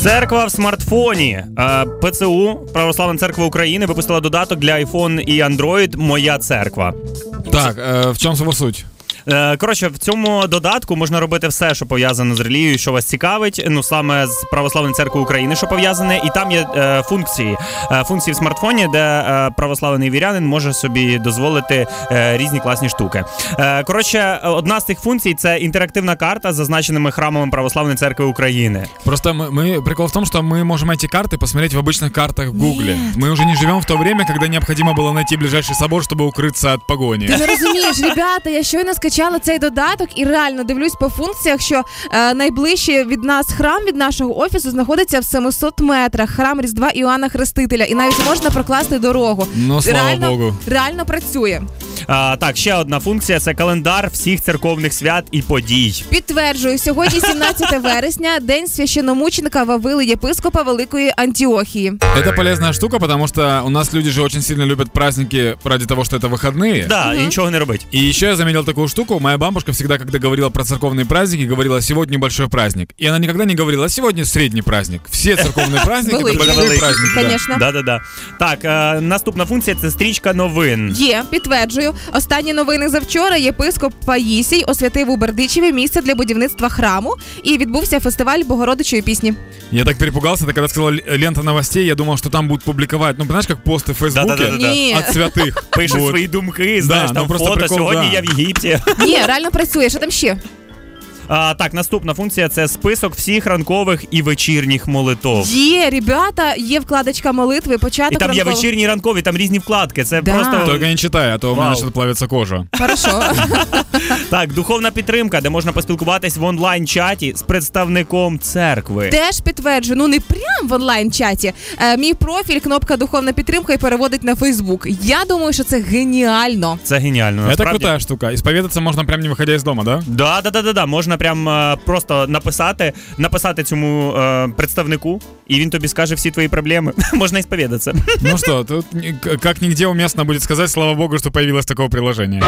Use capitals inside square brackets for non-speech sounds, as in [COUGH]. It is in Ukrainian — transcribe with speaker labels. Speaker 1: Церква в смартфоні. Е, ПЦУ Православна церква України випустила додаток для iPhone і Android Моя церква.
Speaker 2: Так, е, в чому сама суть?
Speaker 1: Е, Коротше, в цьому додатку можна робити все, що пов'язано з релігією, що вас цікавить. Ну саме з Православною церквою України, що пов'язане, і там є е, функції. Е, функції в смартфоні, де е, православний вірянин може собі дозволити е, різні класні штуки. Е, коротше, одна з тих функцій це інтерактивна карта з зазначеними храмами Православної церкви України.
Speaker 2: Просто мы, мы- прикол в том, что мы можем эти карты посмотреть в обычных картах в Гугле. Мы уже не живем в то время, когда необходимо было найти ближайший собор, чтобы укрыться от погони.
Speaker 3: Ти не розумієш, ребята, я щойно скачала цей додаток і реально дивлюсь по функціях, що е, найближчий від нас храм від нашого офісу знаходиться в 700 метрах. Храм Різдва Іоанна Хрестителя, і навіть можна прокласти дорогу.
Speaker 2: Ну, слава
Speaker 3: реально,
Speaker 2: Богу.
Speaker 3: реально працює.
Speaker 1: А, так, ще одна функція це календар всіх церковних свят і подій.
Speaker 3: Підтверджую, сьогодні 17 вересня, день священомученика Вавили Єпископа Великої Антіохії.
Speaker 2: Это полезная штука, потому что у нас люди же очень сильно любят праздники ради того, что это выходные.
Speaker 1: Да, і нічого не робить.
Speaker 2: И еще я заметил такую штуку. Моя бабушка всегда, когда говорила про церковные праздники, говорила «сегодня большой праздник». И она никогда не говорила «сегодня средний праздник». Все
Speaker 3: [LAUGHS]
Speaker 2: церковные праздники — это
Speaker 3: Великий.
Speaker 2: большие
Speaker 1: Великий.
Speaker 2: праздники. да.
Speaker 3: Конечно.
Speaker 1: Да, да, да. Так, е, наступна функція це стрічка новин.
Speaker 3: Є, підтверджую. Останні новини завчора. Єпископ Паїсій освятив у Бердичеві місце для будівництва храму і відбувся фестиваль Богородичої пісні.
Speaker 2: Я так перепугался, ты когда сказала л- лента новостей, я думал, что там будут публиковать, ну, знаешь, как посты в Фейсбуке
Speaker 1: Да-да-да-да.
Speaker 3: Ні.
Speaker 2: от святых.
Speaker 1: Пишуть
Speaker 2: Вот.
Speaker 1: свої думки, знаєш,
Speaker 2: ну
Speaker 1: там
Speaker 2: просто
Speaker 1: фото.
Speaker 2: прикол,
Speaker 1: Сьогодні
Speaker 2: да.
Speaker 1: я в Єгипті.
Speaker 3: Ні, реально працює. Що там ще?
Speaker 1: А, так, наступна функція це список всіх ранкових і вечірніх молитов.
Speaker 3: Є, ребята, є вкладочка молитви,
Speaker 1: І
Speaker 3: початок
Speaker 1: там є
Speaker 3: ранкового.
Speaker 1: вечірні і ранкові, там різні вкладки. Це
Speaker 3: Да.
Speaker 1: просто
Speaker 2: Только не читай, а то у
Speaker 1: Вау.
Speaker 2: меня начнет плавиться кожа.
Speaker 3: Хорошо.
Speaker 1: [LAUGHS] так, духовна підтримка, де можна поспілкуватись в онлайн-чаті з представником церкви.
Speaker 3: Теж підтверджую, ну не прям в онлайн-чаті. Е, мій профіль, кнопка духовна підтримка і переводить на Фейсбук. Я думаю, що це геніально.
Speaker 1: Це геніально.
Speaker 2: Это
Speaker 1: насправді.
Speaker 2: крутая штука. Исповедаться можно прям не выходя из дома, да?
Speaker 1: Да, да, да, да, да. Можна прям е, просто написати, написати цьому е, представнику, і він тобі скаже всі твої проблеми. [LAUGHS] Можна і сповідатися.
Speaker 2: Ну что, тут ни- к- как нигде уместно будет сказать, слава богу, что появилось такое приложение.